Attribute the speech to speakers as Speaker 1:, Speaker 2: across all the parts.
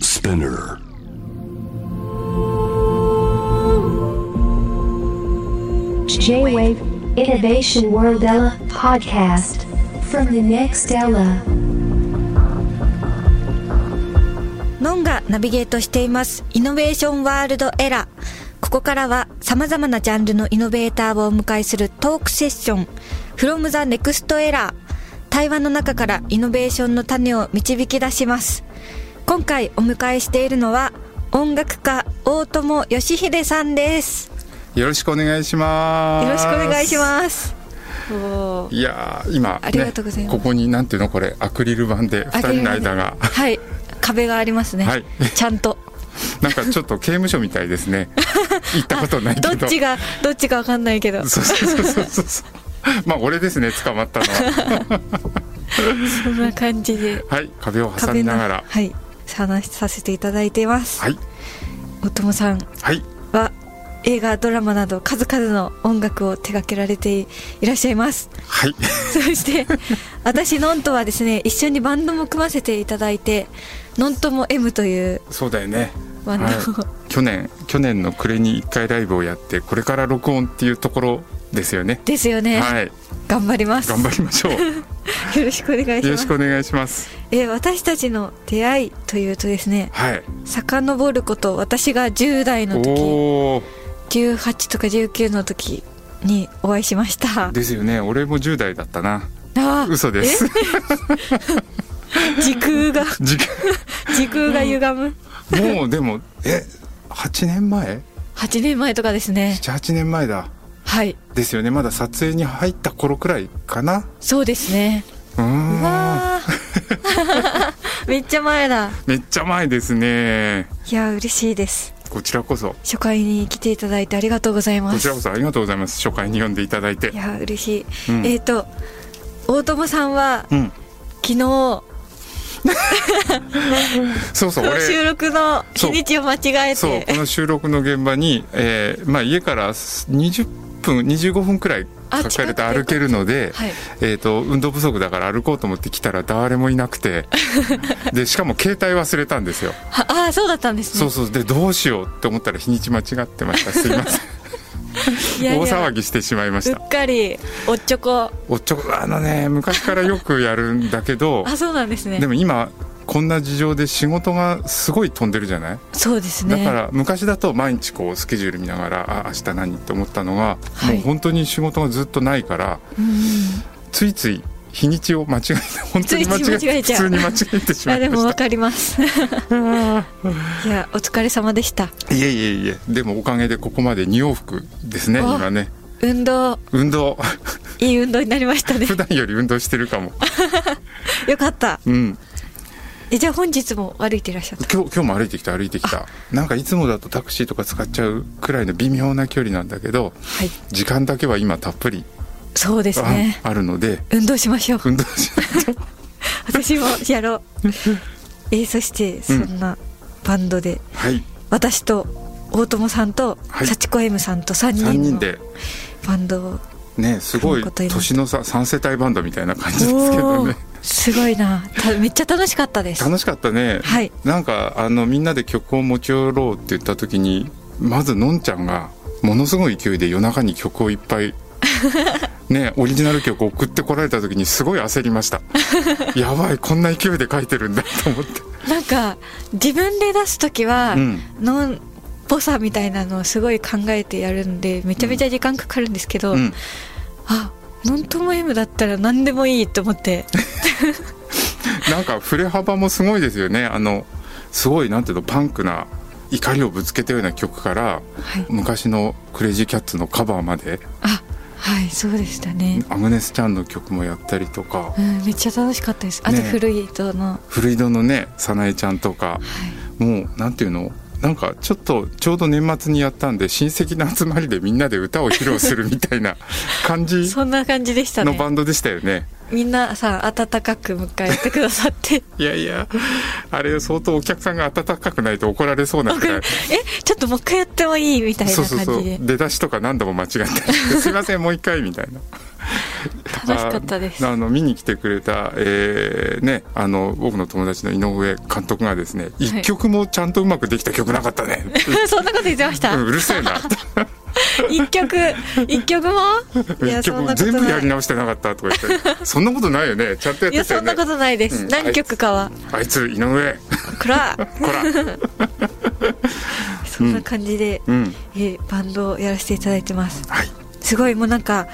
Speaker 1: Spinner.
Speaker 2: ジ J-Wave Innovation World Ella Podcast from the next Ella
Speaker 3: ノンがナビゲートしていますイノベーションワールドエラー。ここからは様々なジャンルのイノベーターをお迎えするトークセッション from the next エラー。対話の中からイノベーションの種を導き出します。今回お迎えしているのは音楽家大友義秀さんです。
Speaker 4: よろしくお願いします。
Speaker 3: よろしくお願いします。
Speaker 4: す。いやー今、ね
Speaker 3: ありがとうございます
Speaker 4: ここになんていうのこれアクリル板で二人の間 が、
Speaker 3: はい。壁がありますね。
Speaker 4: はい
Speaker 3: ちゃん と。
Speaker 4: なんかちょっと刑務所みたいですね。行ったことないけど。
Speaker 3: どっちが、どっちかわかんないけど。
Speaker 4: そうそうそうそうそう。まあ俺ですね捕まった のは。
Speaker 3: そんな感じで。
Speaker 4: はい壁を挟みながら。
Speaker 3: はい話させていただいています、
Speaker 4: はい
Speaker 3: 大友さん
Speaker 4: はい
Speaker 3: は映画ドラマなど数々の音楽を手掛けられていらっしゃい ます
Speaker 4: はい。
Speaker 3: そして私ノンとはですね一緒にバンドも組ませていただいてノンとも M という
Speaker 4: そうだよね。
Speaker 3: バンドを、
Speaker 4: はい去年去年の暮れに一回ライブをやってこれから録音っていうところですよね。
Speaker 3: ですよね、
Speaker 4: はい
Speaker 3: 頑張ります
Speaker 4: 頑張りまし ょう。よ
Speaker 3: よろしくお願いし
Speaker 4: ろ
Speaker 3: ま
Speaker 4: し
Speaker 3: す
Speaker 4: くお願いします。
Speaker 3: えー私たちの出会いというとですね
Speaker 4: はい。
Speaker 3: 遡ること私が10代の時
Speaker 4: おお。
Speaker 3: 18とか19の時にお会いしました
Speaker 4: ですよね俺も10代だったな
Speaker 3: あー
Speaker 4: 嘘 です
Speaker 3: 時空が
Speaker 4: 時
Speaker 3: 時空が歪む
Speaker 4: 間もうでもえ8年前
Speaker 3: 8年前とかですね
Speaker 4: 78年前だ
Speaker 3: はい
Speaker 4: ですよねまだ撮影に入った頃くらいかな
Speaker 3: そうですね
Speaker 4: うーん
Speaker 3: わあ めっちゃ前だ
Speaker 4: めっちゃ前ですね
Speaker 3: いや嬉しいです
Speaker 4: こちらこそ
Speaker 3: 初回に来ていただいてありがとうございま
Speaker 4: こ
Speaker 3: す
Speaker 4: ちらこそありがとうございます初回に呼んでいただいて
Speaker 3: いや嬉しい、
Speaker 4: うん
Speaker 3: えっ、と大友さんは
Speaker 4: うん
Speaker 3: 昨日
Speaker 4: そうそう
Speaker 3: この収
Speaker 4: 俺
Speaker 3: 録の日にちを間違え
Speaker 4: そう
Speaker 3: て
Speaker 4: この収録の現場に、えーまあ、家から20分25分くらい
Speaker 3: あ
Speaker 4: かかれて
Speaker 3: 近くて
Speaker 4: 歩けるので、
Speaker 3: はい
Speaker 4: えー、と運動不足だから歩こうと思って来たら誰もいな くてでしかも携帯忘れたんですよ
Speaker 3: はああそうだったんです
Speaker 4: そ
Speaker 3: ね
Speaker 4: うそうでどうしようって思ったら日にち間違ってましたすいません
Speaker 3: いやいや
Speaker 4: 大騒ぎしてしまいまし
Speaker 3: う
Speaker 4: た
Speaker 3: っかりおっちょこ
Speaker 4: おっちょこあのね昔からよくやるんだけど
Speaker 3: あそうなんですね
Speaker 4: でも今こんな事情で仕事がすごい飛んでるじゃない、
Speaker 3: そうです
Speaker 4: だ
Speaker 3: ね
Speaker 4: から昔だと毎日こうスケジュール見ながらあ明日何って思ったのが、
Speaker 3: はい
Speaker 4: もう本当に仕事がずっとないからついつい日にちを間違えて本当に間違え
Speaker 3: ついつい間違
Speaker 4: て
Speaker 3: えち
Speaker 4: 普
Speaker 3: ゃう
Speaker 4: 通に間違えてしま
Speaker 3: あ
Speaker 4: い
Speaker 3: で
Speaker 4: ま
Speaker 3: も
Speaker 4: し
Speaker 3: わ
Speaker 4: た
Speaker 3: かります いやお疲れ様でした
Speaker 4: いえいえいえでもおかげでここまで2往復ですね
Speaker 3: あ
Speaker 4: 今ね
Speaker 3: 運動
Speaker 4: 運動
Speaker 3: いい運動になりましたね
Speaker 4: 普段より運動してるかも
Speaker 3: よかった
Speaker 4: うん
Speaker 3: えじゃあ本日も歩いていらっしゃった
Speaker 4: 今日今日も歩いてきた歩いてきたなんかいつもだとタクシーとか使っちゃうくらいの微妙な距離なんだけど
Speaker 3: はい
Speaker 4: 時間だけは今たっぷり
Speaker 3: そうです
Speaker 4: あ
Speaker 3: ね
Speaker 4: あるので
Speaker 3: 運動しましょう
Speaker 4: 運動し
Speaker 3: 私もやろうえーそしてそんなバンドで、
Speaker 4: はい
Speaker 3: 私と大友さんと
Speaker 4: はい
Speaker 3: 幸子 M さんと3
Speaker 4: 3
Speaker 3: 人
Speaker 4: 人
Speaker 3: の
Speaker 4: で
Speaker 3: バンドを、
Speaker 4: ねす
Speaker 3: こ
Speaker 4: ごい
Speaker 3: んなこといる
Speaker 4: 年の差3世帯バンドみたいな感じですけど
Speaker 3: お
Speaker 4: ね
Speaker 3: ーすごいなためっちゃ楽しかったです
Speaker 4: 楽しかったね、
Speaker 3: はい
Speaker 4: なんかあのみんなで曲を持ち寄ろうって言った時にまずのんちゃんがものすごい勢いで夜中に曲をいっ ぱいねオリジナル曲を送ってこられた時にすごい焦りました やばいこんな勢いで書いてるんだと思って
Speaker 3: なんか自分で出す時は、
Speaker 4: うん
Speaker 3: のんぽさみたいなのをすごい考えてやるんでめちゃめちゃ時間かかるんですけど、
Speaker 4: うん
Speaker 3: あノンとも M だったら何でもいいと思 って
Speaker 4: なんか振れ幅もすごいですよねあのすごいなんていうのパンクな怒りをぶつけたような曲から、
Speaker 3: はい
Speaker 4: 昔のクレイジーキャッツのカバーまで
Speaker 3: あはいそうでしたね、
Speaker 4: アグネス・ちゃんの曲もやったりとか
Speaker 3: うん、めっちゃ楽しかったですあと
Speaker 4: ねえ
Speaker 3: 古い人の、
Speaker 4: 古井戸のね早苗ちゃんとかもうなんていうのなんかちょっとちょうど年末にやったんで親戚の集まりでみんなで歌を披露するみた いな感じ
Speaker 3: そんな感じでした
Speaker 4: の
Speaker 3: ね
Speaker 4: バンドでしたよね。
Speaker 3: みんなさ温かく迎えてくださって
Speaker 4: いやいやあれ相当お客さんが温かくないと怒られそうなくらい
Speaker 3: えちょっともう一回やってもいいみたいな
Speaker 4: そう
Speaker 3: 感じで
Speaker 4: そ うそう出だしとか何度も間違ってすいませんもう一回みたいな
Speaker 3: 楽しかったです
Speaker 4: ああの見に来てくれた、えーね、あの僕の友達の井上監督がですね「一曲もちゃんとうまくできた曲なかったね」
Speaker 3: そんなこと言ってました
Speaker 4: うんうるせ えな
Speaker 3: 一曲一曲 もいや
Speaker 4: 一
Speaker 3: そんなこと
Speaker 4: 曲全部や
Speaker 3: な
Speaker 4: り
Speaker 3: い
Speaker 4: 直してなかったとか言って「そんなことないよねちゃんとやっ
Speaker 3: いや
Speaker 4: て
Speaker 3: そ
Speaker 4: たよ
Speaker 3: ん
Speaker 4: ね
Speaker 3: な」ことないです、
Speaker 4: うん
Speaker 3: 何曲かは
Speaker 4: あいつ井上
Speaker 3: こら
Speaker 4: こ ら
Speaker 3: そんな感じで、
Speaker 4: うん
Speaker 3: えーバンドをやらせていただいてます
Speaker 4: はい
Speaker 3: すごいもうなんか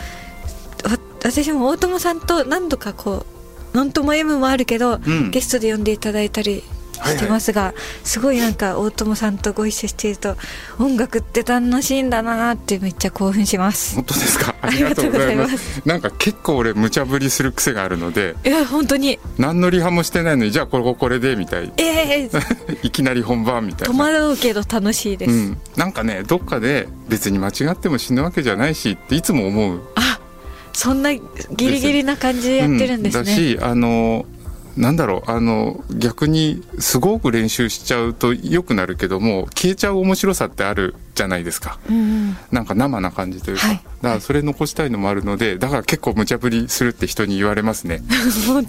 Speaker 3: わ私も大友さんと何度かこう「なんとも M」もあるけど、
Speaker 4: ん
Speaker 3: ゲストで呼んでいただいたりしてますが、すごいなんか大友さんとご一緒していると音楽って楽しいんだなってめっちゃ興奮します
Speaker 4: 本当ですかあ
Speaker 3: り
Speaker 4: り
Speaker 3: が
Speaker 4: が
Speaker 3: と
Speaker 4: と
Speaker 3: う
Speaker 4: う
Speaker 3: ご
Speaker 4: ご
Speaker 3: ざ
Speaker 4: ざ
Speaker 3: い
Speaker 4: い
Speaker 3: ま
Speaker 4: ますすなんか結構俺無茶ぶりする癖があるので
Speaker 3: いや本当に
Speaker 4: 何のリハもしてないのにじゃあこれここれでみたい
Speaker 3: ええ
Speaker 4: いきなり本番みたい
Speaker 3: 戸
Speaker 4: な、
Speaker 3: 惑うけど楽しいです、
Speaker 4: うん、なんかねどっかで別に間違っても死ぬわけじゃないしっていつも思う
Speaker 3: そんなギリギリな感じでやってるんです
Speaker 4: う
Speaker 3: ね、
Speaker 4: だしあのなんだろうあの逆にすごく練習しちゃうと良くなるけども消えちゃう面白さってあるじゃないですか
Speaker 3: うん
Speaker 4: なんか生な感じというか、
Speaker 3: はい
Speaker 4: だからそれ残したいのもあるのでだから結構無茶ぶりするって人に言われます ね
Speaker 3: もうう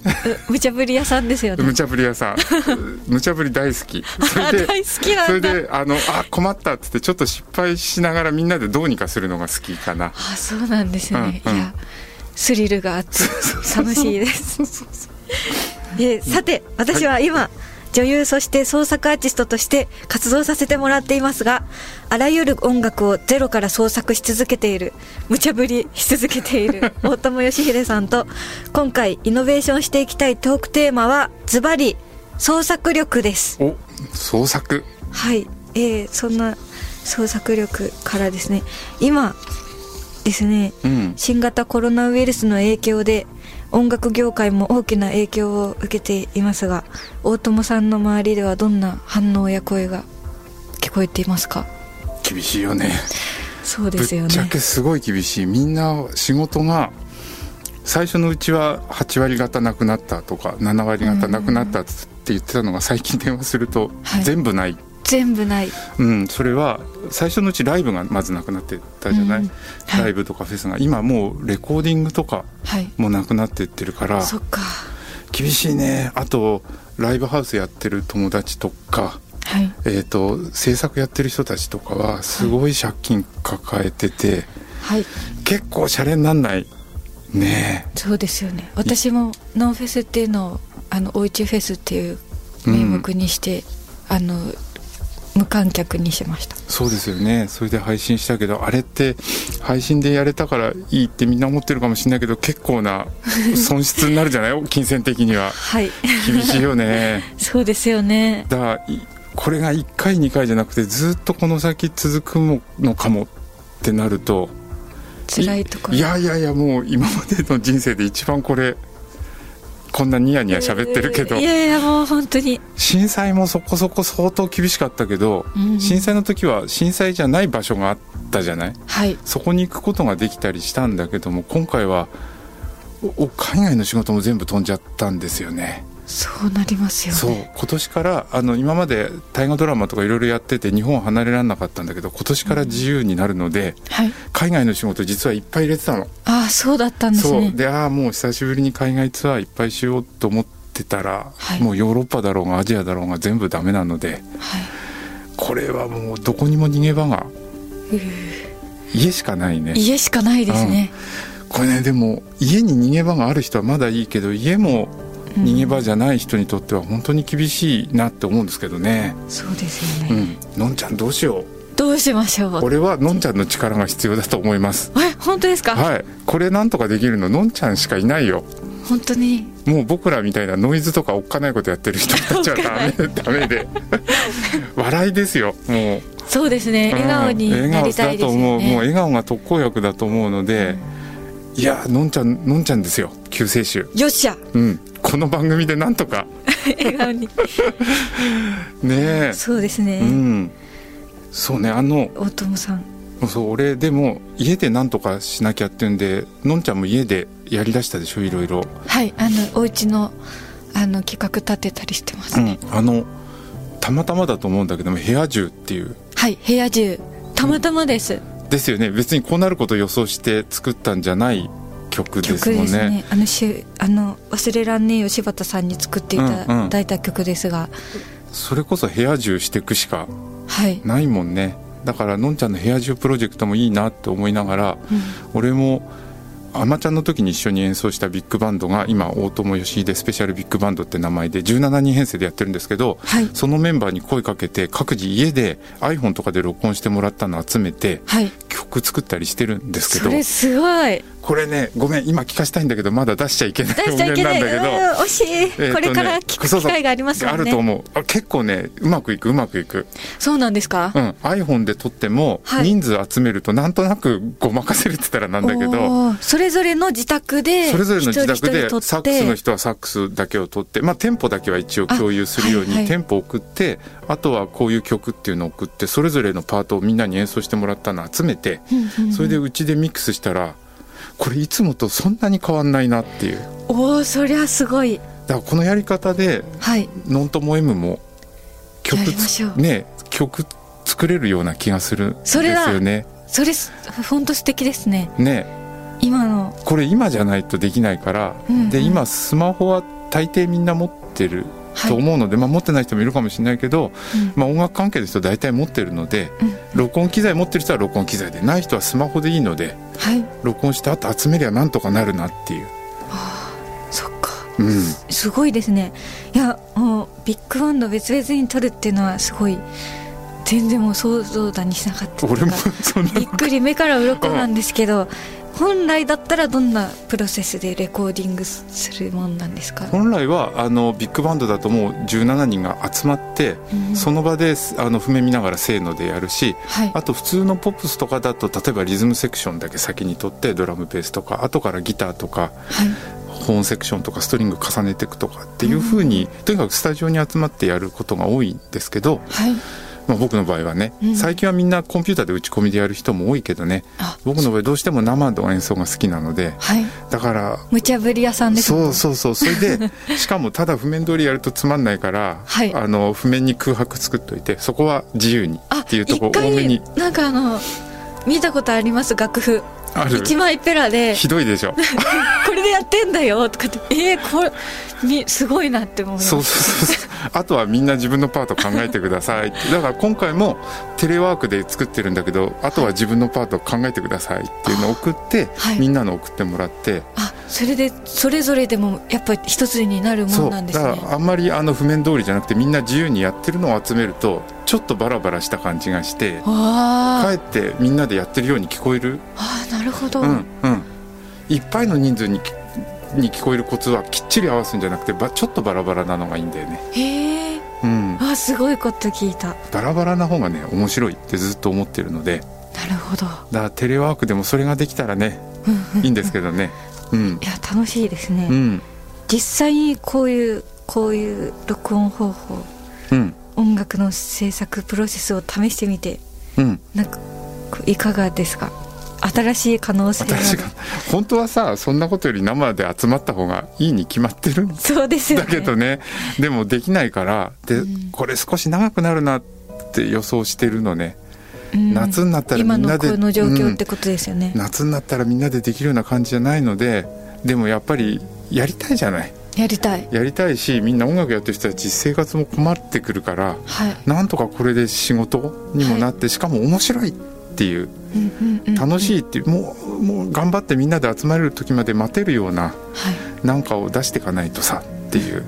Speaker 3: 無茶ぶり屋さんですよね
Speaker 4: 無茶ぶり屋さん無茶ぶり大好きそれで
Speaker 3: 大好きなんだ
Speaker 4: それであのあ困ったっつってちょっと失敗しながらみんなでどうにかするのが好きかな
Speaker 3: あそうなんですね、
Speaker 4: うんうん
Speaker 3: いやスリルがあって楽しいです でさて私は今、女優そして創作アーティストとして活動させてもらっていますがあらゆる音楽をゼロから創作し続けている無茶ぶりし続けてい る大友義秀さんと今回イノベーションしていきたいトークテーマはズバリ創作力です
Speaker 4: お創作
Speaker 3: はい、えー、そんな創作力からですね今ですね、
Speaker 4: うん
Speaker 3: 新型コロナウイルスの影響で音楽業界も大きな影響を受けていますが大友さんの周りではどんな反応や声が聞こえていますか
Speaker 4: 厳しいよね
Speaker 3: そうで
Speaker 4: ぶ
Speaker 3: すよ
Speaker 4: っ
Speaker 3: ね
Speaker 4: ちゃけすごい厳しいみんな仕事が最初のうちは8割方なくなったとか7割方なくなったって言ってたのが最近電話すると
Speaker 3: はい
Speaker 4: 全部ない、
Speaker 3: 全部ない
Speaker 4: うん、それは最初のうちライブがまずなくなってたじゃない、
Speaker 3: うんはい
Speaker 4: ライブとかフェスが今もうレコーディングとか
Speaker 3: はい
Speaker 4: もうなくなっていってるから
Speaker 3: そっか
Speaker 4: 厳しいねあとライブハウスやってる友達とか、
Speaker 3: はい
Speaker 4: えー、と制作やってる人たちとかはすごい借金抱えてて、
Speaker 3: はい
Speaker 4: 結構シャレになんないね
Speaker 3: そうですよね私もノンフェスっていうのをあのおうちフェスっていう名目にして、あの無観客にしました
Speaker 4: えそうですよねそれで配信したけどあれって配信でやれたからいいってみんな思ってるかもしれないけど結構な損失になるじゃない 金銭的には
Speaker 3: はい
Speaker 4: 厳しいよね
Speaker 3: そうですよね
Speaker 4: だからいこれが1回2回じゃなくてずっとこの先続くものかもってなると
Speaker 3: 辛いところ
Speaker 4: いやいやいやもう今までの人生で一番これこんなニヤニヤ喋ってるけど、
Speaker 3: いやいやもう本当に
Speaker 4: 震災もそこそこ相当厳しかったけど、
Speaker 3: うん
Speaker 4: 震災の時は震災じゃない場所があったじゃない
Speaker 3: はい
Speaker 4: そこに行くことができたりしたんだけども今回はおお海外の仕事も全部飛んじゃったんですよね。
Speaker 3: そうなりますよね
Speaker 4: そう今年からあの今まで大河ドラマとかいろいろやってて日本を離れられなかったんだけど今年から自由になるので、
Speaker 3: はい
Speaker 4: 海外の仕事実はいっぱい入れてたの。
Speaker 3: ああそうだったんです
Speaker 4: そう
Speaker 3: ね
Speaker 4: でああもう久しぶりに海外ツアーいっぱいしようと思ってたら、
Speaker 3: はい
Speaker 4: もうヨーロッパだろうがアジアだろうが全部ダメなので
Speaker 3: はい
Speaker 4: これはもうどこにも逃げ場が家しかないね
Speaker 3: 家しかないですね、
Speaker 4: これねでも家に逃げ場がある人はまだいいけど家も逃げ場じゃない人にとっては本当に厳しいなって思うんですけどね、
Speaker 3: そうですよ
Speaker 4: う
Speaker 3: ね、
Speaker 4: ん、のんちゃんどうしよう
Speaker 3: どうしましょう
Speaker 4: 俺はのんちゃんの力が必要だと思います
Speaker 3: え本当ですか、
Speaker 4: はいこれなんとかできるののんちゃんしかいないよ
Speaker 3: 本当に
Speaker 4: もう僕らみたいなノイズとかおっかないことやってる人たちは
Speaker 3: おっかない
Speaker 4: ダメダメで笑いですよもう
Speaker 3: そうですね笑顔に
Speaker 4: うん
Speaker 3: なりたいですよね、
Speaker 4: 笑顔だと思うもう笑顔が特効薬だと思うので、いやのんちゃんのんちゃんですよ救世主
Speaker 3: よっしゃ
Speaker 4: うんこの番組でなんとか
Speaker 3: 笑顔 に
Speaker 4: ね
Speaker 3: そうですね、
Speaker 4: えうんそうねあの
Speaker 3: 大友さん
Speaker 4: そう俺でも家でなんとかしなきゃっていうんでのんちゃんも家でやりだしたでしょいろいろ、
Speaker 3: はいあのお家のあの企画立てたりしてます、
Speaker 4: うん、あのたまたまだと思うんだけども部屋中っていう
Speaker 3: はい部屋中たまたまです、
Speaker 4: ですよね別にこうなることを予想して作ったんじゃない曲です
Speaker 5: 曲で
Speaker 4: もん
Speaker 5: すね
Speaker 4: ね。
Speaker 5: あのしあの忘れらんねえよ柴田さんに作っていただいた曲ですが、
Speaker 4: それこそ部屋中していくしか
Speaker 5: はい、
Speaker 4: ないもんねだからのんちゃんの部屋中プロジェクトもいいなって思いながら、俺もあまちゃんの時に一緒に演奏したビッグバンドが今大友義秀スペシャルビッグバンドって名前で17人編成でやってるんですけど、
Speaker 5: はい
Speaker 4: そのメンバーに声かけて各自家で iPhone とかで録音してもらったの集めて
Speaker 5: はい、
Speaker 4: 曲作ったりしてるんですけ
Speaker 3: そ
Speaker 4: ど
Speaker 3: れすごい
Speaker 4: これねごめん今聞かしたいんだけどまだ出しちゃいけない
Speaker 3: 出しちゃいけない
Speaker 4: 音源なんだけど。
Speaker 3: うん惜しい、
Speaker 4: えーとね
Speaker 3: これから聞く機会がありますもんね
Speaker 4: そうそうあると思うあ結構ねうまくいくうまくいく
Speaker 5: そうなんですか、
Speaker 4: うん、iPhone で撮っても
Speaker 5: はい
Speaker 4: 人数集めるとなんとなくごまかせるって言ったらなんだけど、
Speaker 5: おーそれぞれの自宅で
Speaker 4: それぞれの自宅
Speaker 5: 一人一人撮っ
Speaker 4: で
Speaker 5: て
Speaker 4: サックスの人はサックスだけを撮って、まあ、テンポだけは一応共有するよう
Speaker 5: あはいは
Speaker 4: に
Speaker 5: い
Speaker 4: テンポ送ってあとはこういう曲っていうのを送ってそれぞれのパートをみんなに演奏してもらったのを集めてそれでうちでミックスしたらこれいつもとそんなに変わんないなっていう。
Speaker 3: おおそりゃすごい
Speaker 4: だからこのやり方で
Speaker 5: はい
Speaker 4: ノンとも M も曲
Speaker 5: やりま
Speaker 4: つ
Speaker 5: しょう
Speaker 4: ね曲作れるような気がするんです
Speaker 5: それだ
Speaker 4: よね。
Speaker 5: それ本当素敵ですね
Speaker 4: ね
Speaker 5: 今の
Speaker 4: これ今じゃないとできないから、
Speaker 5: うんうん
Speaker 4: で今スマホは大抵みんな持ってる
Speaker 5: はい
Speaker 4: と思うので、まあ、持ってない人もいるかもしれないけど、
Speaker 5: うん
Speaker 4: まあ、音楽関係の人大体持ってるので、
Speaker 5: うん
Speaker 4: 録音機材持ってる人は録音機材でない人はスマホでいいので
Speaker 5: はい
Speaker 4: 録音した後集めりゃなんとかなるなっていう、
Speaker 5: そっか
Speaker 4: うん、
Speaker 5: すごいですねいやもうビッグバンド別々に撮るっていうのはすごい全然もう想像だにしなかった
Speaker 4: 俺
Speaker 5: な
Speaker 4: も
Speaker 5: んか
Speaker 4: そんな
Speaker 5: びっくり目から鱗なんですけど本来だったらどんなプロセスでレコーディングするもんなんですか
Speaker 4: 本来はあのビッグバンドだともう17人が集まって、
Speaker 5: うん
Speaker 4: その場であの譜面見ながらせーのでやるし、
Speaker 5: はい
Speaker 4: あと普通のポップスとかだと例えばリズムセクションだけ先に取ってドラムベースとか後からギターとか
Speaker 5: はい
Speaker 4: ホーンセクションとかストリング重ねていくとかっていう風に、とにかくスタジオに集まってやることが多いんですけど、
Speaker 5: はい
Speaker 4: まあ、僕の場合はね、
Speaker 5: うん
Speaker 4: 最近はみんなコンピューターで打ち込みでやる人も多いけどね
Speaker 5: あ
Speaker 4: 僕の場合どうしても生の演奏が好きなので
Speaker 5: はい
Speaker 4: だから
Speaker 5: 無茶ぶり屋さんですもん
Speaker 4: そうそうそうそ れでしかもただ譜面通りやるとつまんないから、
Speaker 5: はい
Speaker 4: あの譜面に空白作っといてそこは自由に
Speaker 5: あ
Speaker 4: っていうとこ
Speaker 5: 一回
Speaker 4: 多めに
Speaker 5: なんかあの見たことあります楽譜
Speaker 4: ある
Speaker 5: 一枚ペラで
Speaker 4: ひどいでし ょ
Speaker 5: これでやってんだよとかってえー、これみすごいなって思います
Speaker 4: そうそうそうそうあとはみんな自分のパート考えてくださいってだから今回もテレワークで作ってるんだけどあとは自分のパート考えてくださいっていうのを送って、
Speaker 5: はい
Speaker 4: みんなの送ってもらって
Speaker 5: あそれでそれぞれでもやっぱり一つになるも
Speaker 4: そ
Speaker 5: ん
Speaker 4: う
Speaker 5: なん
Speaker 4: だ
Speaker 5: です
Speaker 4: か
Speaker 5: ね
Speaker 4: らあんまりあの譜面通りじゃなくてみんな自由にやってるのを集めるとちょっとバラバラした感じがして
Speaker 5: わ
Speaker 4: か
Speaker 5: ー
Speaker 4: えってみんなでやってるように聞こえる
Speaker 5: あーなるほど、
Speaker 4: うんうんいっぱいの人数にに聞こえるコツはきっちり合わすんじゃなくてばちょっとバラバラなのがいいんだよね。
Speaker 5: へえ
Speaker 4: うん、
Speaker 5: あーすごいこと聞いた
Speaker 4: バラバラな方がね面白いってずっと思ってるので
Speaker 5: なるほど
Speaker 4: だからテレワークでもそれができたらねいいんですけどねうん
Speaker 5: いや楽しいですね、
Speaker 4: うん
Speaker 5: 実際にこういうこういう録音方法
Speaker 4: うん
Speaker 5: 音楽の制作プロセスを試してみて
Speaker 4: うん
Speaker 5: なんかこういかがですか新しい可能性が
Speaker 4: 私が本当はさそんなことより生で集まった方がいいに決まってるん
Speaker 5: そうですよ
Speaker 4: だ
Speaker 5: ね
Speaker 4: けどねでもできないからでこれ少し長くなるなって予想してるのね
Speaker 5: うん
Speaker 4: 夏になったらみ
Speaker 5: 今
Speaker 4: んな
Speaker 5: の
Speaker 4: で
Speaker 5: この状況って
Speaker 4: うん
Speaker 5: ことですよね、
Speaker 4: 夏になったらみんなでできるような感じじゃないのででもやっぱりやりたいじゃない
Speaker 5: やりたい
Speaker 4: やりたいしみんな音楽やってる人たち生活も困ってくるから
Speaker 5: はい、
Speaker 4: なんとかこれで仕事にもなって、しかも面白いっていう
Speaker 5: うんうんうん、
Speaker 4: 楽しいっていう、もうもう頑張ってみんなで集まれる時まで待てるような
Speaker 5: はい
Speaker 4: なんかを出していかないとさっていう、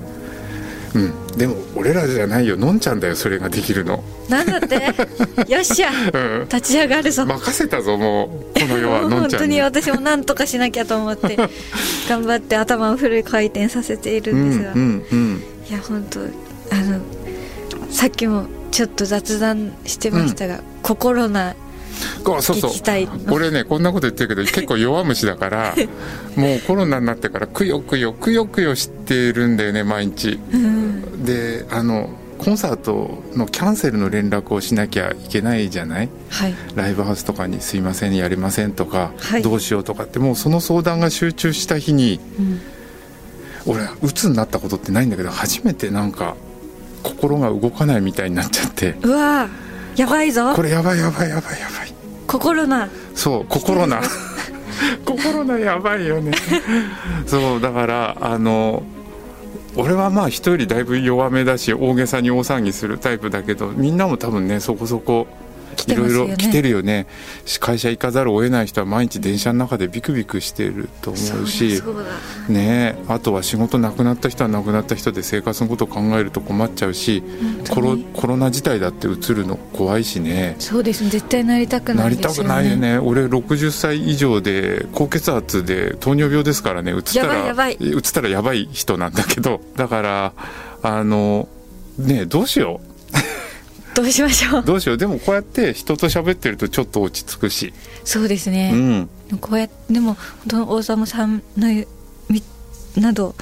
Speaker 4: うん、でも俺らじゃないよのんちゃんだよそれができるの、
Speaker 3: なんだって よっしゃ
Speaker 4: うん、
Speaker 3: 立ち上がるぞ
Speaker 4: 任せたぞもうこの世は
Speaker 3: もう
Speaker 4: のん
Speaker 3: 本
Speaker 4: ちゃ
Speaker 3: 当
Speaker 4: んに
Speaker 3: に私も何とかしなきゃと思って頑張って頭をフル回転させている
Speaker 4: うん
Speaker 3: で
Speaker 4: ん
Speaker 3: すが、
Speaker 4: う
Speaker 3: い
Speaker 4: んうん
Speaker 3: や本当あのさっきもちょっと雑談してましたが、心な
Speaker 4: あそうそう
Speaker 3: 聞きたい
Speaker 4: 俺ねこんなこと言って るけど結構弱虫だからもうコロナになってからくよくよくよくよしてるんだよね毎日、であのコンサートのキャンセルの連絡をしなきゃいけないじゃない
Speaker 5: はい
Speaker 4: ライブハウスとかに「すいませんやれません」とか、
Speaker 3: はい
Speaker 4: どうしよう」とかってもうその相談が集中した日に、俺鬱になったことってないんだけど初めてなんか心が動かないみたいになっちゃって
Speaker 3: うわーやばいぞ
Speaker 4: これやばいやばいやばいやばい
Speaker 3: 心な
Speaker 4: そう心な心 心のやばいよねそうだからあの俺はまあ人よりだいぶ弱めだし大げさに大騒ぎするタイプだけどみんなも多分ねそこそこい
Speaker 5: てま
Speaker 4: ろ
Speaker 5: す
Speaker 4: い
Speaker 5: よね
Speaker 4: ろ来てるよねし会社行かざるを得ない人は毎日電車の中でビクビクしてると思うし
Speaker 3: そうだ
Speaker 4: ねえあとは仕事なくなった人はなくなった人で生活のことを考えると困っちゃうしコロコロナ自体だってうつるの怖いしね
Speaker 5: そうですね絶対なりたく
Speaker 4: な
Speaker 5: ない
Speaker 4: り
Speaker 5: で
Speaker 4: た
Speaker 5: す
Speaker 4: く
Speaker 5: よね
Speaker 4: ないよね俺60歳以上で高血圧で糖尿病ですからねうつった
Speaker 3: やば
Speaker 4: ら
Speaker 3: いやば
Speaker 4: うつったらやばい人なんだけどだからあのねえどうしよ
Speaker 3: どうしましょう
Speaker 4: うどうしようでもこうやって人と喋ってるとちょっと落ち着くし、
Speaker 5: そうですね、
Speaker 4: うん、
Speaker 5: こうやってでも本当の大沢さんのみなど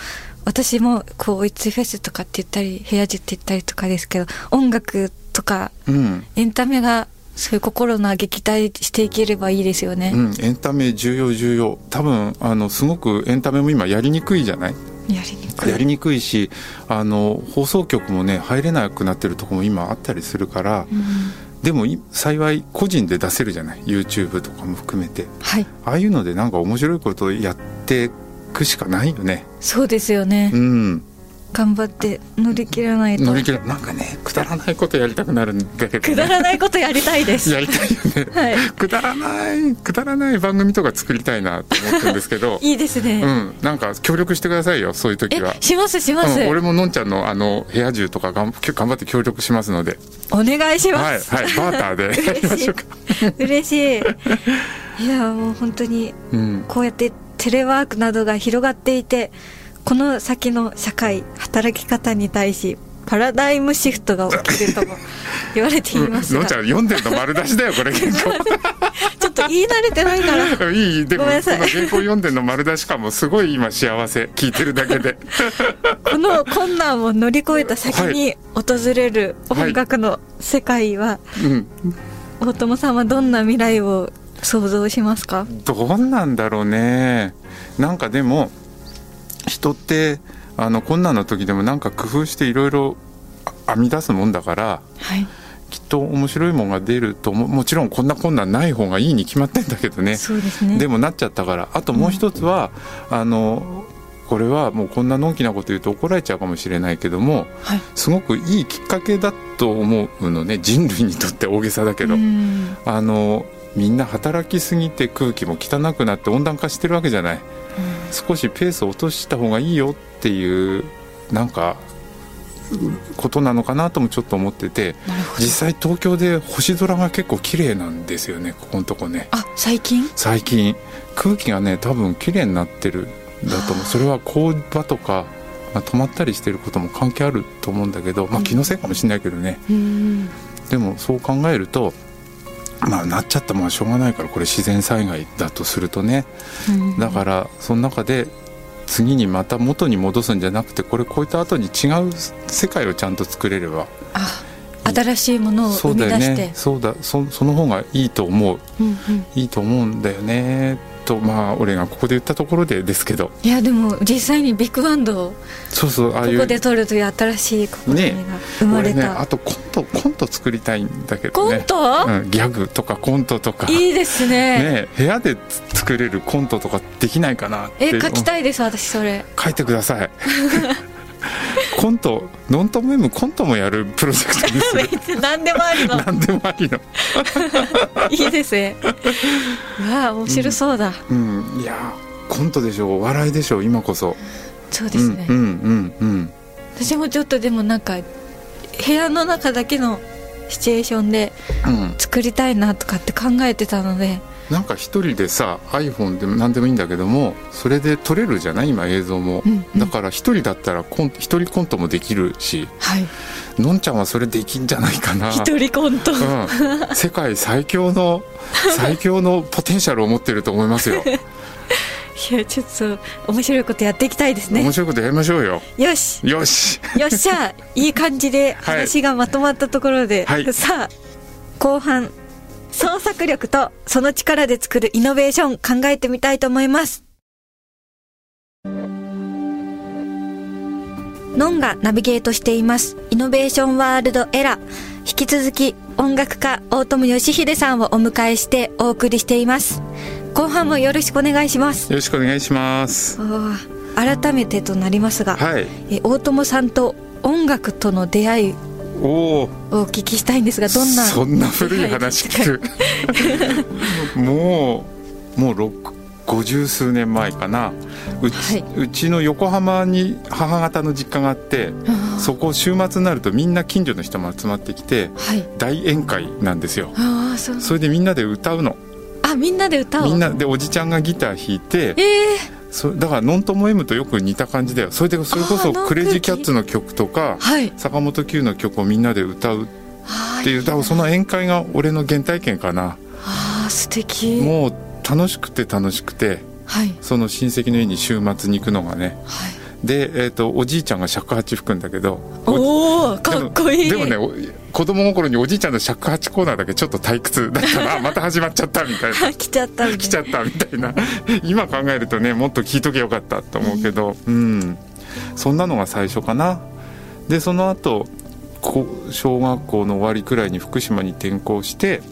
Speaker 5: 私もこう「イッツフェス」とかって言ったり「部屋中」って言ったりとかですけど音楽とか
Speaker 4: うん
Speaker 5: エンタメがそういう心の撃退していければいいですよね
Speaker 4: う、ん、エンタメ重要重要多分あのすごくエンタメも今やりにくいじゃない
Speaker 5: やりにくい
Speaker 4: やりにくいしあの放送局もね入れなくなってるとこも今あったりするから、でもい幸い個人で出せるじゃない YouTube とかも含めて
Speaker 5: はい
Speaker 4: ああいうのでなんか面白いことをやってくしかないよね
Speaker 5: そうですよね、
Speaker 4: うん
Speaker 5: 頑張って乗り切らないと
Speaker 4: 乗り切るなんかねくだらないことやりたくなるんだけど、
Speaker 3: くだ
Speaker 4: ね、
Speaker 3: らないことやりたいです
Speaker 4: やりたいよね、
Speaker 3: はい
Speaker 4: くだらないくだらない番組とか作りたいなって思ってるんですけど
Speaker 3: いいですね、
Speaker 4: うんなんか協力してくださいよそういう時は
Speaker 5: えしますします、
Speaker 4: うん、俺ものんちゃんのあの部屋中とかがん 頑張って協力しますので、
Speaker 3: お願いしま
Speaker 4: はい
Speaker 3: す、
Speaker 4: はい、バーターでやりましょうか。
Speaker 3: 嬉しいいやもう本当に
Speaker 4: うん、
Speaker 3: こうやってテレワークなどが広がっていてこの先の社会働き方に対しパラダイムシフトが起きるとも言われています
Speaker 4: の
Speaker 3: が
Speaker 4: んち
Speaker 3: ち
Speaker 4: ゃ
Speaker 3: ょ
Speaker 4: ん読んでるの丸出しだよこれ原
Speaker 3: っと言い慣れてないから
Speaker 4: 稿いいでも
Speaker 3: ごめんなさい
Speaker 4: この原稿読んでるの丸出しかもすごい今幸せ聞いてるだけ で
Speaker 3: この困難を乗り越えた先に訪れる
Speaker 4: はい
Speaker 3: 音楽の世界は
Speaker 4: うん
Speaker 3: 大友さんはどんな未来を想像しますか
Speaker 4: どうなんだろうねなんかでも人ってあの困難の時でもなんか工夫していろいろ編み出すもんだから
Speaker 5: はい
Speaker 4: きっと面白いもんが出ると思うもちろんこんな困難ない方がいいに決まってんだけどね
Speaker 5: そうですね
Speaker 4: でもなっちゃったからあともう一つは、あのこれはもうこんなのんきなこと言うと怒られちゃうかもしれないけども、
Speaker 5: はい
Speaker 4: すごくいいきっかけだと思うのね人類にとって大げさだけど、
Speaker 5: うん
Speaker 4: あのみんな働きすぎて空気も汚くなって温暖化してるわけじゃない、少しペースを落とした方がいいよっていうなんかうことなのかなともちょっと思ってて
Speaker 5: なるほど
Speaker 4: 実際東京で星空が結構綺麗なんですよねここのとこね。
Speaker 5: あ最近
Speaker 4: 最近空気がね多分綺麗になってるんだと思うそれは工場とか、まあ、止まったりしてることも関係あると思うんだけど、まあ、気のせいかもしれないけどね、でもそう考えるとまあなっちゃったもんはしょうがないからこれ自然災害だとするとね、だからその中で次にまた元に戻すんじゃなくてこれこういった後に違う世界をちゃんと作れれば
Speaker 5: あ新しいものを
Speaker 4: そ
Speaker 5: 生
Speaker 4: う
Speaker 5: み
Speaker 4: だ
Speaker 5: 出
Speaker 4: よ
Speaker 5: して、
Speaker 4: ねそうだそその方がいいと思う
Speaker 5: うんうん、
Speaker 4: いいと思うんだよねとまあ俺がここで言ったところでですけど
Speaker 5: いやでも実際にビッグバンドを
Speaker 4: そうそうああ
Speaker 5: こ
Speaker 4: いう
Speaker 5: こで撮るという新しい試みが生まれ
Speaker 4: 俺ね
Speaker 5: た、
Speaker 4: あとコントコント作りたいんだけど
Speaker 5: コ
Speaker 4: ね
Speaker 5: ント、
Speaker 4: うん、ギャグとかコントとか
Speaker 5: いいですね
Speaker 4: ね部屋でつ作れるコントとかできないかなって
Speaker 5: え書き
Speaker 4: い
Speaker 5: たいです私それ
Speaker 4: 書いてください コントノントムームコントもやるプロジェクトに する
Speaker 5: 何でもありの
Speaker 4: 何でもありの
Speaker 5: いいですねわあ面白そうだ、
Speaker 4: うんいやーコントでしょうお笑いでしょう今こそ
Speaker 5: そうですね、
Speaker 4: うんうんうんうん
Speaker 5: 私もちょっとでもなんか部屋の中だけのシチュエーションで
Speaker 4: うん
Speaker 5: 作りたいなとかって考えてたので
Speaker 4: なんか一人でさ iPhone でも何でもいいんだけどもそれで撮れるじゃない今映像も、
Speaker 5: うんうん
Speaker 4: だから一人だったらコン一人コントもできるし
Speaker 5: はい
Speaker 4: のんちゃんはそれできんじゃないかな
Speaker 5: 一人コント、
Speaker 4: うん、世界最強の最強のポテンシャルを持ってると思います よ、
Speaker 3: いやちょっと面白いことやっていきたいですね
Speaker 4: 面白いことやりましょうよ
Speaker 3: よし
Speaker 4: よし
Speaker 3: よっし ゃいい感じで
Speaker 4: はい
Speaker 3: 話がまとまったところで、
Speaker 4: はい
Speaker 3: さあ後半創作力とその力で作るイノベーション考えてみたいと思います
Speaker 5: ノンがナビゲートしています。イノベーションワールドエラー。引き続き音楽家大友義秀さんをお迎えしてお送りしています。
Speaker 3: 後半もよろしくお願いします
Speaker 4: よろしくお願いします
Speaker 3: おー改めてとなりますが、
Speaker 4: はい
Speaker 3: え大友さんと音楽との出会い
Speaker 4: おお
Speaker 3: をお聞きしたいんですがどんな
Speaker 4: そんな古い話聞くもうもう六五十数年前かなうち,、うちの横浜に母方の実家があってそこ週末になるとみんな近所の人も集まってきて
Speaker 3: はい
Speaker 4: 大宴会なんですよ
Speaker 3: ああそう
Speaker 4: それでみんなで歌うの
Speaker 3: あみんなで歌を
Speaker 4: みんなでおじちゃんがギター弾いて
Speaker 3: ええ
Speaker 4: そだから「ノントモ M」とよく似た感じだよそれでそれこ
Speaker 3: あ
Speaker 4: そ
Speaker 3: ーノン
Speaker 4: クレイジーキャッツの曲とか
Speaker 3: はい
Speaker 4: 坂本九の曲をみんなで歌う
Speaker 3: は
Speaker 4: っていうだからその宴会が俺の原体験かな
Speaker 3: ああ素敵
Speaker 4: もう楽しくて楽しくて
Speaker 3: はい
Speaker 4: その親戚の家に週末に行くのがね
Speaker 3: はい
Speaker 4: で、えー、とおじいちゃんが尺八吹くんだけどお
Speaker 3: おおかっこいい
Speaker 4: でもでもねお子供の頃におじいちゃんの尺八コーナーだけちょっと退屈だったら あまた始まっちゃったみたいな
Speaker 3: あ来ちゃったみたいな
Speaker 4: 来ちゃったみ たいな今考えるとねもっと聞いとけよかったと思うけど、うん、そんなのが最初かなでその後こ小学校の終わりくらいに福島に転校して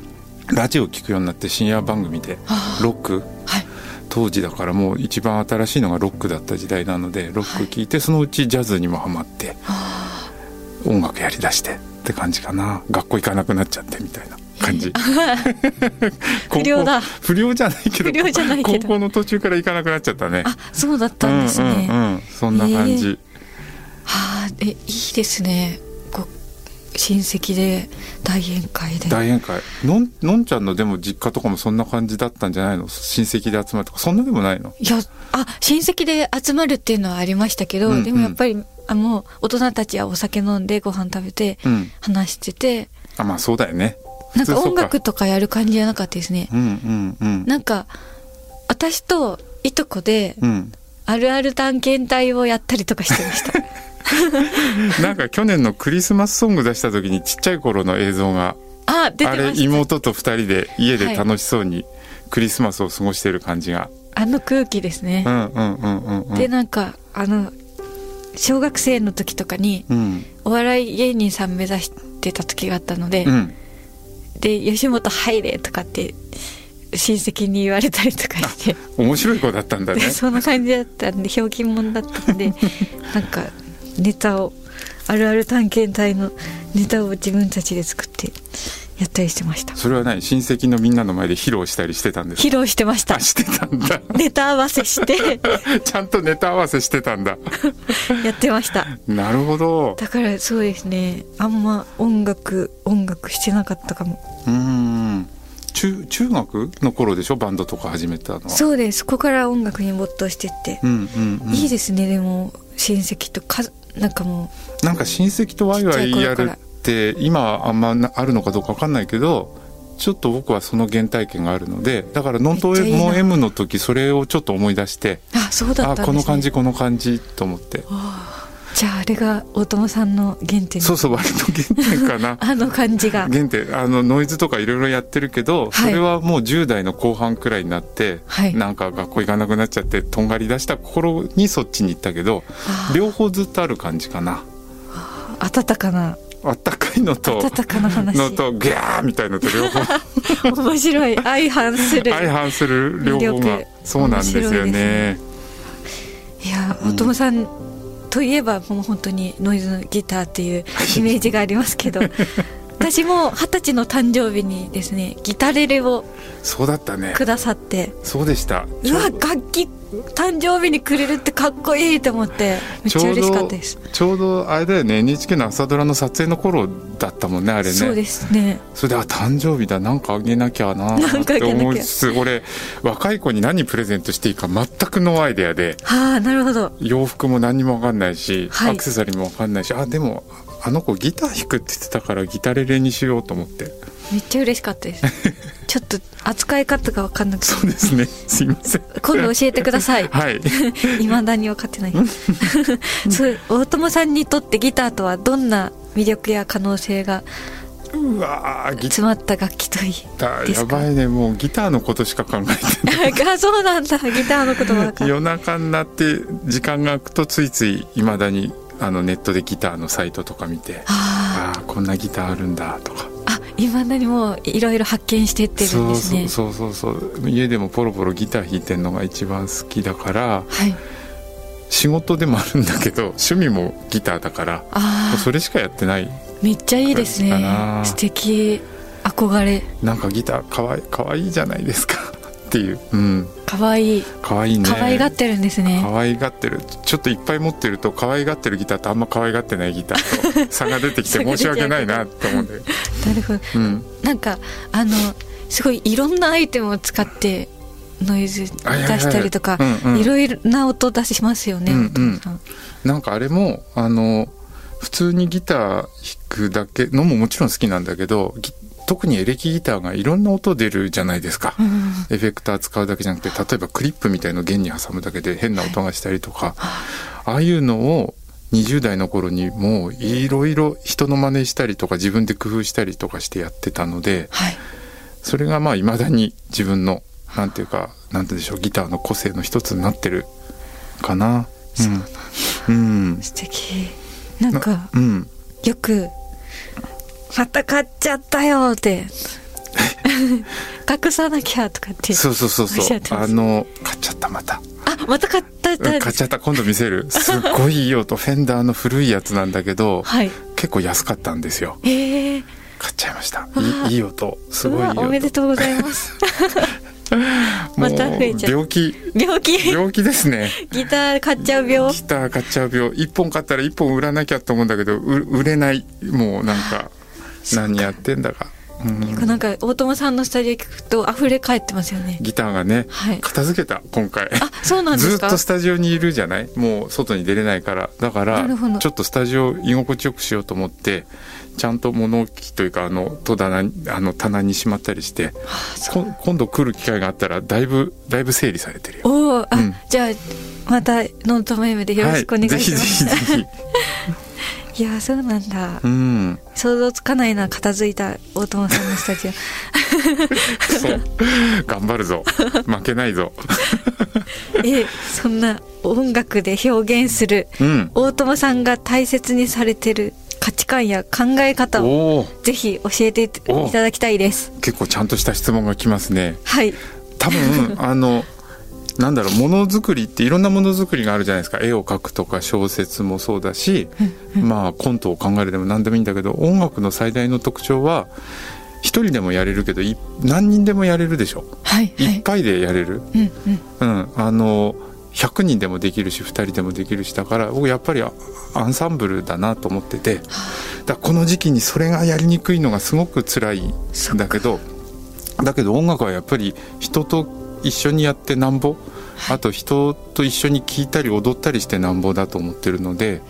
Speaker 4: ラジオを聞くようになって深夜番組でロック、
Speaker 3: はい
Speaker 4: 当時だからもう一番新しいのがロックだった時代なのでロック聞いて、そのうちジャズにもハマって音楽やりだしてって感じかな学校行かなくなっちゃってみたいな 感じ高校
Speaker 3: 不良だ
Speaker 4: 不良じゃないけど
Speaker 3: 不良じゃないけど
Speaker 4: 高校の途中から行かなくなっちゃったね
Speaker 3: あそうだったんですね、
Speaker 4: うんうんうん、そんな感じ、
Speaker 3: はあえいいですねご親戚で大宴会で
Speaker 4: 大宴会のんのんちゃんのでも実家とかもそんな感じだったんじゃないの親戚で集まるとかそんなでもないの
Speaker 3: いやあ親戚で集まるっていうのはありましたけど、
Speaker 4: うんうん
Speaker 3: でもやっぱりあもう大人たちはお酒飲んでご飯食べて
Speaker 4: うん
Speaker 3: 話してて、
Speaker 4: あまあそうだよね
Speaker 3: なんか
Speaker 4: 普通そう
Speaker 3: 音楽とかやる感じじゃなかったですね、
Speaker 4: うんうんうん
Speaker 3: なんか私といとこで
Speaker 4: うん
Speaker 3: あるある探検隊をやったりとかしてました
Speaker 4: なんか去年のクリスマスソング出した時にちっちゃい頃の映像が
Speaker 3: あ出て
Speaker 4: あ
Speaker 3: ま
Speaker 4: れ
Speaker 3: した
Speaker 4: 妹と二人で家で楽しそうにクリスマスを過ごしてる感じが、
Speaker 3: あの空気ですね、
Speaker 4: うんうんうんうんうん
Speaker 3: でなんかあの小学生の時とかに
Speaker 4: うん
Speaker 3: お笑い芸人さん目指してた時があったので、
Speaker 4: うん
Speaker 3: で吉本入れとかって親戚に言われたりとかして、
Speaker 4: 面白い子だったんだね
Speaker 3: でそんな感じだったんでひょうきんもんだった んでなんかネタをあるある探検隊のネタを自分たちで作ってやったりしてました
Speaker 4: それは何親戚のみんなの前で披露したりしてたんですか
Speaker 3: 披露してまし
Speaker 4: あ
Speaker 3: た
Speaker 4: してたんだ
Speaker 3: ネタ合わせして
Speaker 4: ちゃんとネタ合わせしてたんだ
Speaker 3: やってました
Speaker 4: なるほど
Speaker 3: だからそうですねあんま音楽音楽してなかったかも
Speaker 4: うーん中中学の頃でしょバンドとか始めたのは
Speaker 3: そうですそこから音楽に没頭してって、
Speaker 4: うんうんうん、
Speaker 3: いいですねでも親戚とかなんかも
Speaker 4: なんか親戚とワイワイやるって今あんまなあるのかどうかわかんないけどちょっと僕はその原体験があるのでだから「ノント
Speaker 3: めっちゃいいな
Speaker 4: モ M」の時それをちょっと思い出して
Speaker 3: うあそうだったん
Speaker 4: あ
Speaker 3: です、ね、
Speaker 4: この感じこの感じと思って
Speaker 3: じゃああれが大友さんの原点
Speaker 4: そうそう割と原点か な
Speaker 3: あの感じが
Speaker 4: 原点あのノイズとかいろいろやってるけど、
Speaker 3: はい
Speaker 4: それはもう10代の後半くらいになって、
Speaker 3: はい
Speaker 4: なんか学校行かなくなっちゃってとんがり出した頃にそっちに行ったけど両方ずっとある感じかな
Speaker 3: 温かな
Speaker 4: あったかいのと
Speaker 3: 温かな話
Speaker 4: のとギャーみたいのと両方
Speaker 3: 面白い相反する
Speaker 4: 相反する両方
Speaker 3: 魅力
Speaker 4: がそうなんですよね
Speaker 3: いや大友さんといえばもう本当にノイズのギターっていうイメージがあります けど私も二十歳の誕生日にですねギタレレを
Speaker 4: そうだったね
Speaker 3: くださって
Speaker 4: そうでした
Speaker 3: うわ楽器誕生日にくれるってかっこいいと思ってめっちゃ嬉しかったです、
Speaker 4: ちょうどあれだよね NHK の朝ドラの撮影の頃だったもんねあれね
Speaker 3: そうですね
Speaker 4: それであ誕生日だなんかあげなきゃ
Speaker 3: な
Speaker 4: な
Speaker 3: んかあ
Speaker 4: って
Speaker 3: げなきゃ
Speaker 4: 思いつつ俺若い子に何プレゼントしていいか全くノーアイデアで
Speaker 3: はあなるほど
Speaker 4: 洋服も何にも分かんないし、
Speaker 3: はい
Speaker 4: アクセサリーも分かんないしあでもあの子ギター弾くって言ってたからギタレレにしようと思って
Speaker 3: めっちゃ嬉しかったです ちょっと扱い方が分かんなくて
Speaker 4: そうですねすいません
Speaker 3: 今度教えてください
Speaker 4: はい
Speaker 3: いまだに分かってない そう大友さんにとってギターとはどんな魅力や可能性が
Speaker 4: うわーギ
Speaker 3: 詰まった楽器 といい
Speaker 4: ター
Speaker 3: で
Speaker 4: や
Speaker 3: すか
Speaker 4: ばいねもうギターのことし か考えてない
Speaker 3: あそうなんだギターのことは分かる
Speaker 4: 夜中になって時間が空くとついついいまだにあのネットでギターのサイトとか見て
Speaker 3: あ
Speaker 4: ああーこんなギターあるんだとか
Speaker 3: ーあいまだにもういろいろ発見してってるん
Speaker 4: そ
Speaker 3: で
Speaker 4: う
Speaker 3: すね
Speaker 4: そうそうそうそう家でもポロポロギター弾いてるのが一番好きだから
Speaker 3: はい
Speaker 4: 仕事でもあるんだけど趣味もギターだから
Speaker 3: ああ
Speaker 4: それしかやってない
Speaker 3: めっちゃいいですね
Speaker 4: 感じかな
Speaker 3: 素敵憧れ
Speaker 4: なんかギターかわいかわいいじゃないですかっていううん
Speaker 3: かわいい
Speaker 4: かわいいね
Speaker 3: かわいがってるんですね
Speaker 4: 可愛がってるちょっといっぱい持ってると可愛がってるギターとあんま可愛がってないギターと差が出てきて申し訳ないなって思うんだよ、
Speaker 3: なるほど
Speaker 4: うん、
Speaker 3: なんかあのすごいいろんなアイテムを使ってノイズ出
Speaker 4: あいやいやいや
Speaker 3: したりとか
Speaker 4: うんうん
Speaker 3: いろいろな音出しますよね、
Speaker 4: うんうん
Speaker 3: 本当に
Speaker 4: なんかあれもあの普通にギター弾くだけのももちろん好きなんだけどギ特にエレキギターがいろんな音出るじゃないですか、エフェクター使うだけじゃなくて例えばクリップみたいのを弦に挟むだけで変な音がしたりとか、ああいうのを20代の頃にもういろいろ人の真似したりとか自分で工夫したりとかしてやってたので
Speaker 3: はい
Speaker 4: それがまあいまだに自分のなんていうかなんて言うんでしょうギターの個性の一つになってるかな。うん、うん
Speaker 3: 素敵なんか
Speaker 4: うん、
Speaker 3: よく「また買っちゃったよ」って 隠さなきゃとかって
Speaker 4: そうそうそう
Speaker 3: おっし
Speaker 4: そ
Speaker 3: ゃ
Speaker 4: う
Speaker 3: ってま
Speaker 4: あ
Speaker 3: す
Speaker 4: の買っちゃったまた
Speaker 3: あまた買ったった
Speaker 4: うん買っちゃった今度見せるすっごいいい音フェンダーの古いやつなんだけど、
Speaker 3: はい
Speaker 4: 結構安かったんですよ
Speaker 3: ええー、
Speaker 4: 買っちゃいました
Speaker 3: わあ
Speaker 4: いいいい音す
Speaker 3: う
Speaker 4: ごいいい
Speaker 3: わ
Speaker 4: 音
Speaker 3: おめでとうございます また増えちゃう
Speaker 4: もう病気
Speaker 3: 病気
Speaker 4: 病気ですね
Speaker 3: ギター買っちゃう病
Speaker 4: ギター買っちゃう病一本買ったら一本売らなきゃと思うんだけどう売れないもうなんか何やってんだか、うん
Speaker 3: なんか大友さんのスタジオ聞くと溢れ返ってますよね
Speaker 4: ギターがね、
Speaker 3: はい
Speaker 4: 片付けた今回
Speaker 3: あそうなんで
Speaker 4: ず
Speaker 3: す
Speaker 4: っ
Speaker 3: か
Speaker 4: とスタジオにいるじゃないもう外に出れないからだか
Speaker 3: なるほど
Speaker 4: らちょっとスタジオ居心地よくしようと思ってちゃんと物置というかあの戸棚にあの棚にしまったりしてこん今度来る機会があったらだいぶだいぶ整理されてるよ
Speaker 3: おおあ、
Speaker 4: うん
Speaker 3: じゃあまたノートメムでよろしくお願いします、
Speaker 4: はい、ぜひぜひぜひ
Speaker 3: いやそうなんだ
Speaker 4: うん
Speaker 3: 想像つかないな片付いた大友さんのスタジオ
Speaker 4: そう頑張るぞ負けないぞ
Speaker 3: えそんな音楽で表現する
Speaker 4: うん
Speaker 3: 大友さんが大切にされてる価値観や考え方を
Speaker 4: おお
Speaker 3: ぜひ教えてい
Speaker 4: お
Speaker 3: ただきたいです
Speaker 4: 結構ちゃんとした質問が来ますね
Speaker 3: はい
Speaker 4: 多 分あのなんだろうものづくりっていろんなものづくりがあるじゃないですか絵を描くとか小説もそうだし、まあコントを考えるでも何でもいいんだけど音楽の最大の特徴は一人でもやれるけどい何人でもやれるでしょ、
Speaker 3: はい
Speaker 4: い、っぱいでやれる、
Speaker 3: うんうん
Speaker 4: うん、あの100人でもできるし2人でもできるしだから僕やっぱりあアンサンブルだなと思っててだからこの時期にそれがやりにくいのがすごく辛いんだけどだけど音楽はやっぱり人と一緒にやってなんぼあと人と一緒に聴いたり踊ったりしてなんぼだと思ってるので、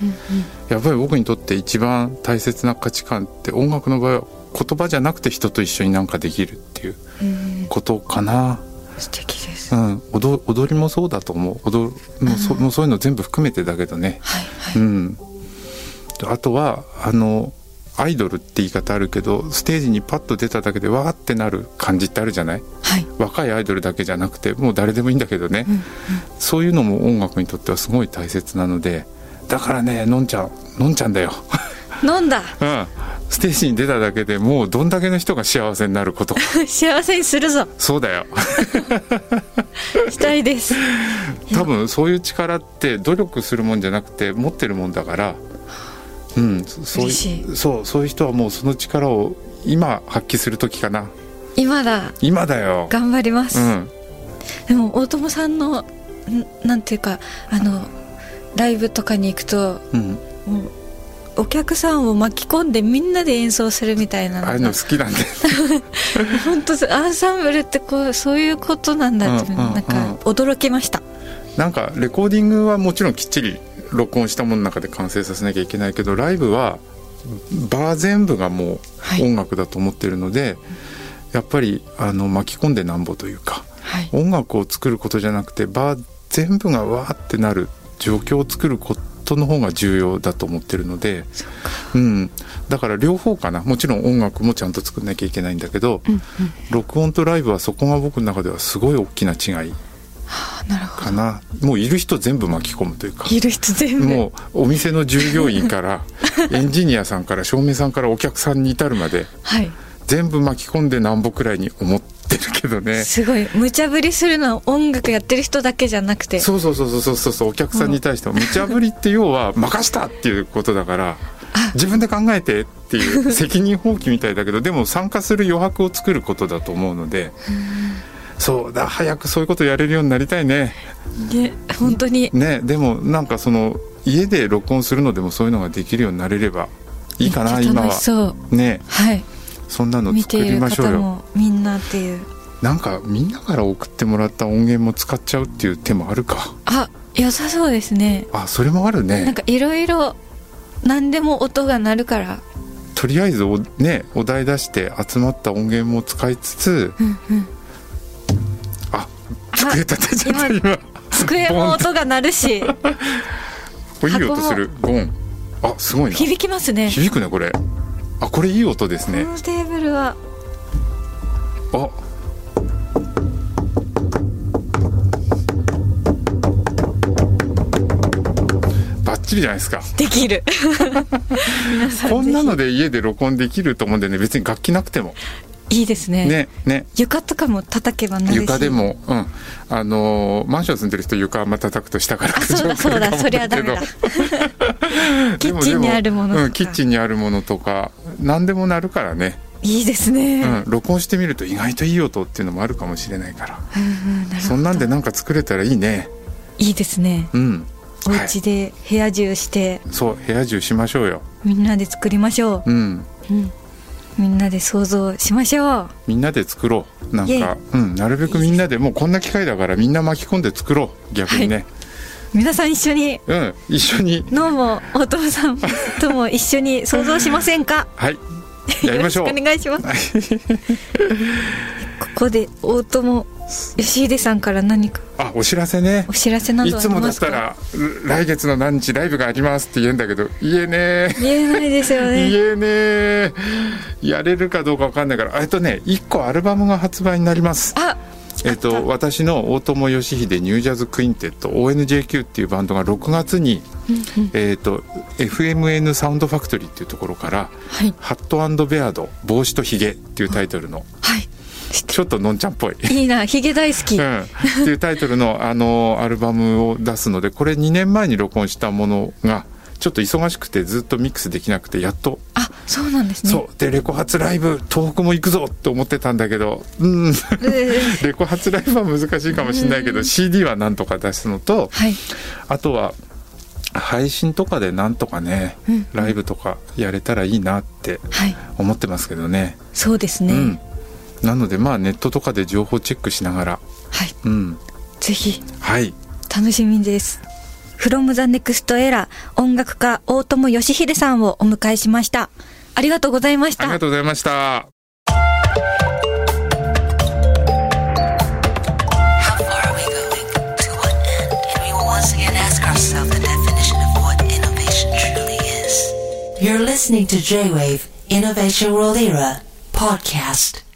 Speaker 4: やっぱり僕にとって一番大切な価値観って音楽の場合は言葉じゃなくて人と一緒になんかできるっていうことかな。
Speaker 3: 素敵です
Speaker 4: うん、踊踊りもそうだと思う踊もうそもうそういうの全部含めてだけどね、
Speaker 3: はいはい
Speaker 4: うん、あとはあのアイドルって言い方あるけどステージにパッと出ただけでわーってなる感じってあるじゃない
Speaker 3: はい
Speaker 4: 若いアイドルだけじゃなくてもう誰でもいいんだけどね、そういうのも音楽にとってはすごい大切なのでだからねのんちゃんのんちゃん だよ、
Speaker 3: 飲んだ
Speaker 4: うん、ステージに出ただけでもうどんだけの人が幸せになることか
Speaker 3: 幸せにするぞ
Speaker 4: そうだよ
Speaker 3: したいです
Speaker 4: 多分そういう力って努力するもんじゃなくて持ってるもんだから、うん、そそう
Speaker 3: 嬉し
Speaker 4: いうそうそういう人はもうその力を今発揮する時かな
Speaker 3: 今だ
Speaker 4: 今だよ、
Speaker 3: 頑張ります、
Speaker 4: うん、
Speaker 3: でも大友さんのんなんていうかあのライブとかに行くと
Speaker 4: うん、
Speaker 3: もうお客さんを巻き込んでみんなで演奏するみたいな
Speaker 4: ああいう
Speaker 3: の
Speaker 4: の
Speaker 3: が
Speaker 4: 好 きなんで
Speaker 3: 本当アンサンブルってこうそういうことなんだって、
Speaker 4: うんうんうん
Speaker 3: なんか驚きました
Speaker 4: なんかレコーディングはもちろんきっちり録音したものの中で完成させなきゃいけないけどライブはバー全部がも
Speaker 3: はいう
Speaker 4: 音楽だと思ってるので、やっぱりあの巻き込んでなんぼというか。
Speaker 3: はい
Speaker 4: 音楽を作ることじゃなくてバー全部がわーってなる状況を作ることの方が重要だと思ってるのでうん、だから両方かなもちろん音楽もちゃんと作んなきゃいけないんだけど、録音とライブはそこが僕の中ではすごい大きな違い
Speaker 3: あなるほ
Speaker 4: かなもういる人全部巻き込むというか
Speaker 3: どいる人全部
Speaker 4: もうお店 の従業員からエンジニアさんから照明さんからお客さんに至るまで
Speaker 3: はい
Speaker 4: 全部巻き込んでなんぼくらいに思ってるけどね
Speaker 3: すごい無茶ぶりするのは音楽やってる人だけじゃなくて
Speaker 4: そうそうそうそうそうそうお客さんに対しても無茶ぶりって要は任したっていうことだから自分で考えてっていう責任放棄みたい だけどでも参加する余白を作ることだと思うのでそうだ早くそういうことやれるようになりたいね
Speaker 3: ね本当に
Speaker 4: ねでもなんかその家で録音するのでもそういうのができるようになれればいいかな
Speaker 3: めっちゃ
Speaker 4: 今
Speaker 3: 楽し
Speaker 4: は
Speaker 3: そう
Speaker 4: ね
Speaker 3: はい
Speaker 4: そんなの
Speaker 3: 見
Speaker 4: 作
Speaker 3: てい
Speaker 4: り
Speaker 3: る
Speaker 4: ましょう
Speaker 3: 方
Speaker 4: よ
Speaker 3: もみんなっていう
Speaker 4: なんかみんなから送ってもらった音源も使っちゃうっていう手もあるか
Speaker 3: あ良さそうですね
Speaker 4: あそれもある
Speaker 3: なん
Speaker 4: ね
Speaker 3: かいろいろ何でも音が鳴るから
Speaker 4: とりあえずおねお題出して集まった音源も使いつつ、あ机立てちゃった今
Speaker 3: 机も音が鳴る し
Speaker 4: これいい音するゴンあすごいな
Speaker 3: 響きますね
Speaker 4: 響くねこれあこれいい音です
Speaker 3: こ
Speaker 4: ね
Speaker 3: のテーブルは
Speaker 4: あバッチリじゃないですか
Speaker 3: できる皆さん
Speaker 4: こんな
Speaker 3: ぜ
Speaker 4: ので家で録音できると思うんでね別に楽器なくても
Speaker 3: ひいいですね
Speaker 4: ねね
Speaker 3: 床とかも叩けば鳴るし
Speaker 4: 床でも、うん、あのーマンション住んでる人床あんま叩くと下から
Speaker 3: あ そうだそうだそりゃダメだキッチンにあるものとか
Speaker 4: うん、キッチンにあるものとか何でもなるからね、
Speaker 3: いいですね、
Speaker 4: うん、録音してみると意外といい音っていうのもあるかもしれないから
Speaker 3: うんなるほど
Speaker 4: そんなんでなんか作れたらいいね
Speaker 3: いいですね
Speaker 4: うん
Speaker 3: お
Speaker 4: はい
Speaker 3: 家で部屋中して
Speaker 4: そう部屋中しましょうよ
Speaker 3: みんなで作りましょう
Speaker 4: うん
Speaker 3: みんなで想像しましょう
Speaker 4: みんなで作ろうなん
Speaker 3: イエイ
Speaker 4: か、うん、なるべくみんなでもうこんな機会だからみんな巻き込んで作ろう逆にね、
Speaker 3: 皆さん一緒に
Speaker 4: うん一緒に
Speaker 3: 脳もお父さんとも一緒に想像しませんか
Speaker 4: はいやりましょう
Speaker 3: よろしくお願いしますここで大友義秀さんから何か
Speaker 4: あお知らせね
Speaker 3: お知らせなど
Speaker 4: い
Speaker 3: あ
Speaker 4: つ
Speaker 3: り
Speaker 4: もだ
Speaker 3: ま
Speaker 4: っ
Speaker 3: すか
Speaker 4: たら「来月の何日ライブがあります」って言えんだけど言えね
Speaker 3: 言えないですよ
Speaker 4: え
Speaker 3: ね
Speaker 4: 言えねえやれるかどうか分かんないからえっとね1個アルバムが発売になります
Speaker 3: あ
Speaker 4: えっと私の大友義秀ニュージャズクインテット ONJQ っていうバンドが6月に、えっと FMN サウンドファクトリーっていうところから「
Speaker 3: はい
Speaker 4: ハットベアード帽子とヒゲ」っていうタイトルの
Speaker 3: はい
Speaker 4: ちょっとのんちゃんっぽい
Speaker 3: いいなヒゲ大好き、
Speaker 4: うん、っていうタイトルの、あのアルバムを出すのでこれ2年前に録音したものがちょっと忙しくてずっとミックスできなくてやっと、
Speaker 3: あそうなんですね
Speaker 4: そうでレコ発ライブ東北も行くぞと思ってたんだけどうんレコ発ライブは難しいかもしれないけど CD はなんとか出すのと
Speaker 3: はい
Speaker 4: あとは配信とかでなんとかね、ライブとかやれたらいいなって
Speaker 3: はい
Speaker 4: 思ってますけどね。
Speaker 3: そうですね、
Speaker 4: うんなのでまあネットとかで情報チェックしながら、
Speaker 3: はい
Speaker 4: うん、
Speaker 3: ぜひ
Speaker 4: はい
Speaker 3: 楽しみです。from the next era 音楽家大友義秀さんをお迎えしました。ありがとうございまし
Speaker 4: あ
Speaker 3: た
Speaker 4: りが。とうございました。
Speaker 6: How far are we going? To what end? And we will once again ask ourselves the definition of what innovation truly is. You're listening to J Wave Innovation World Era podcast.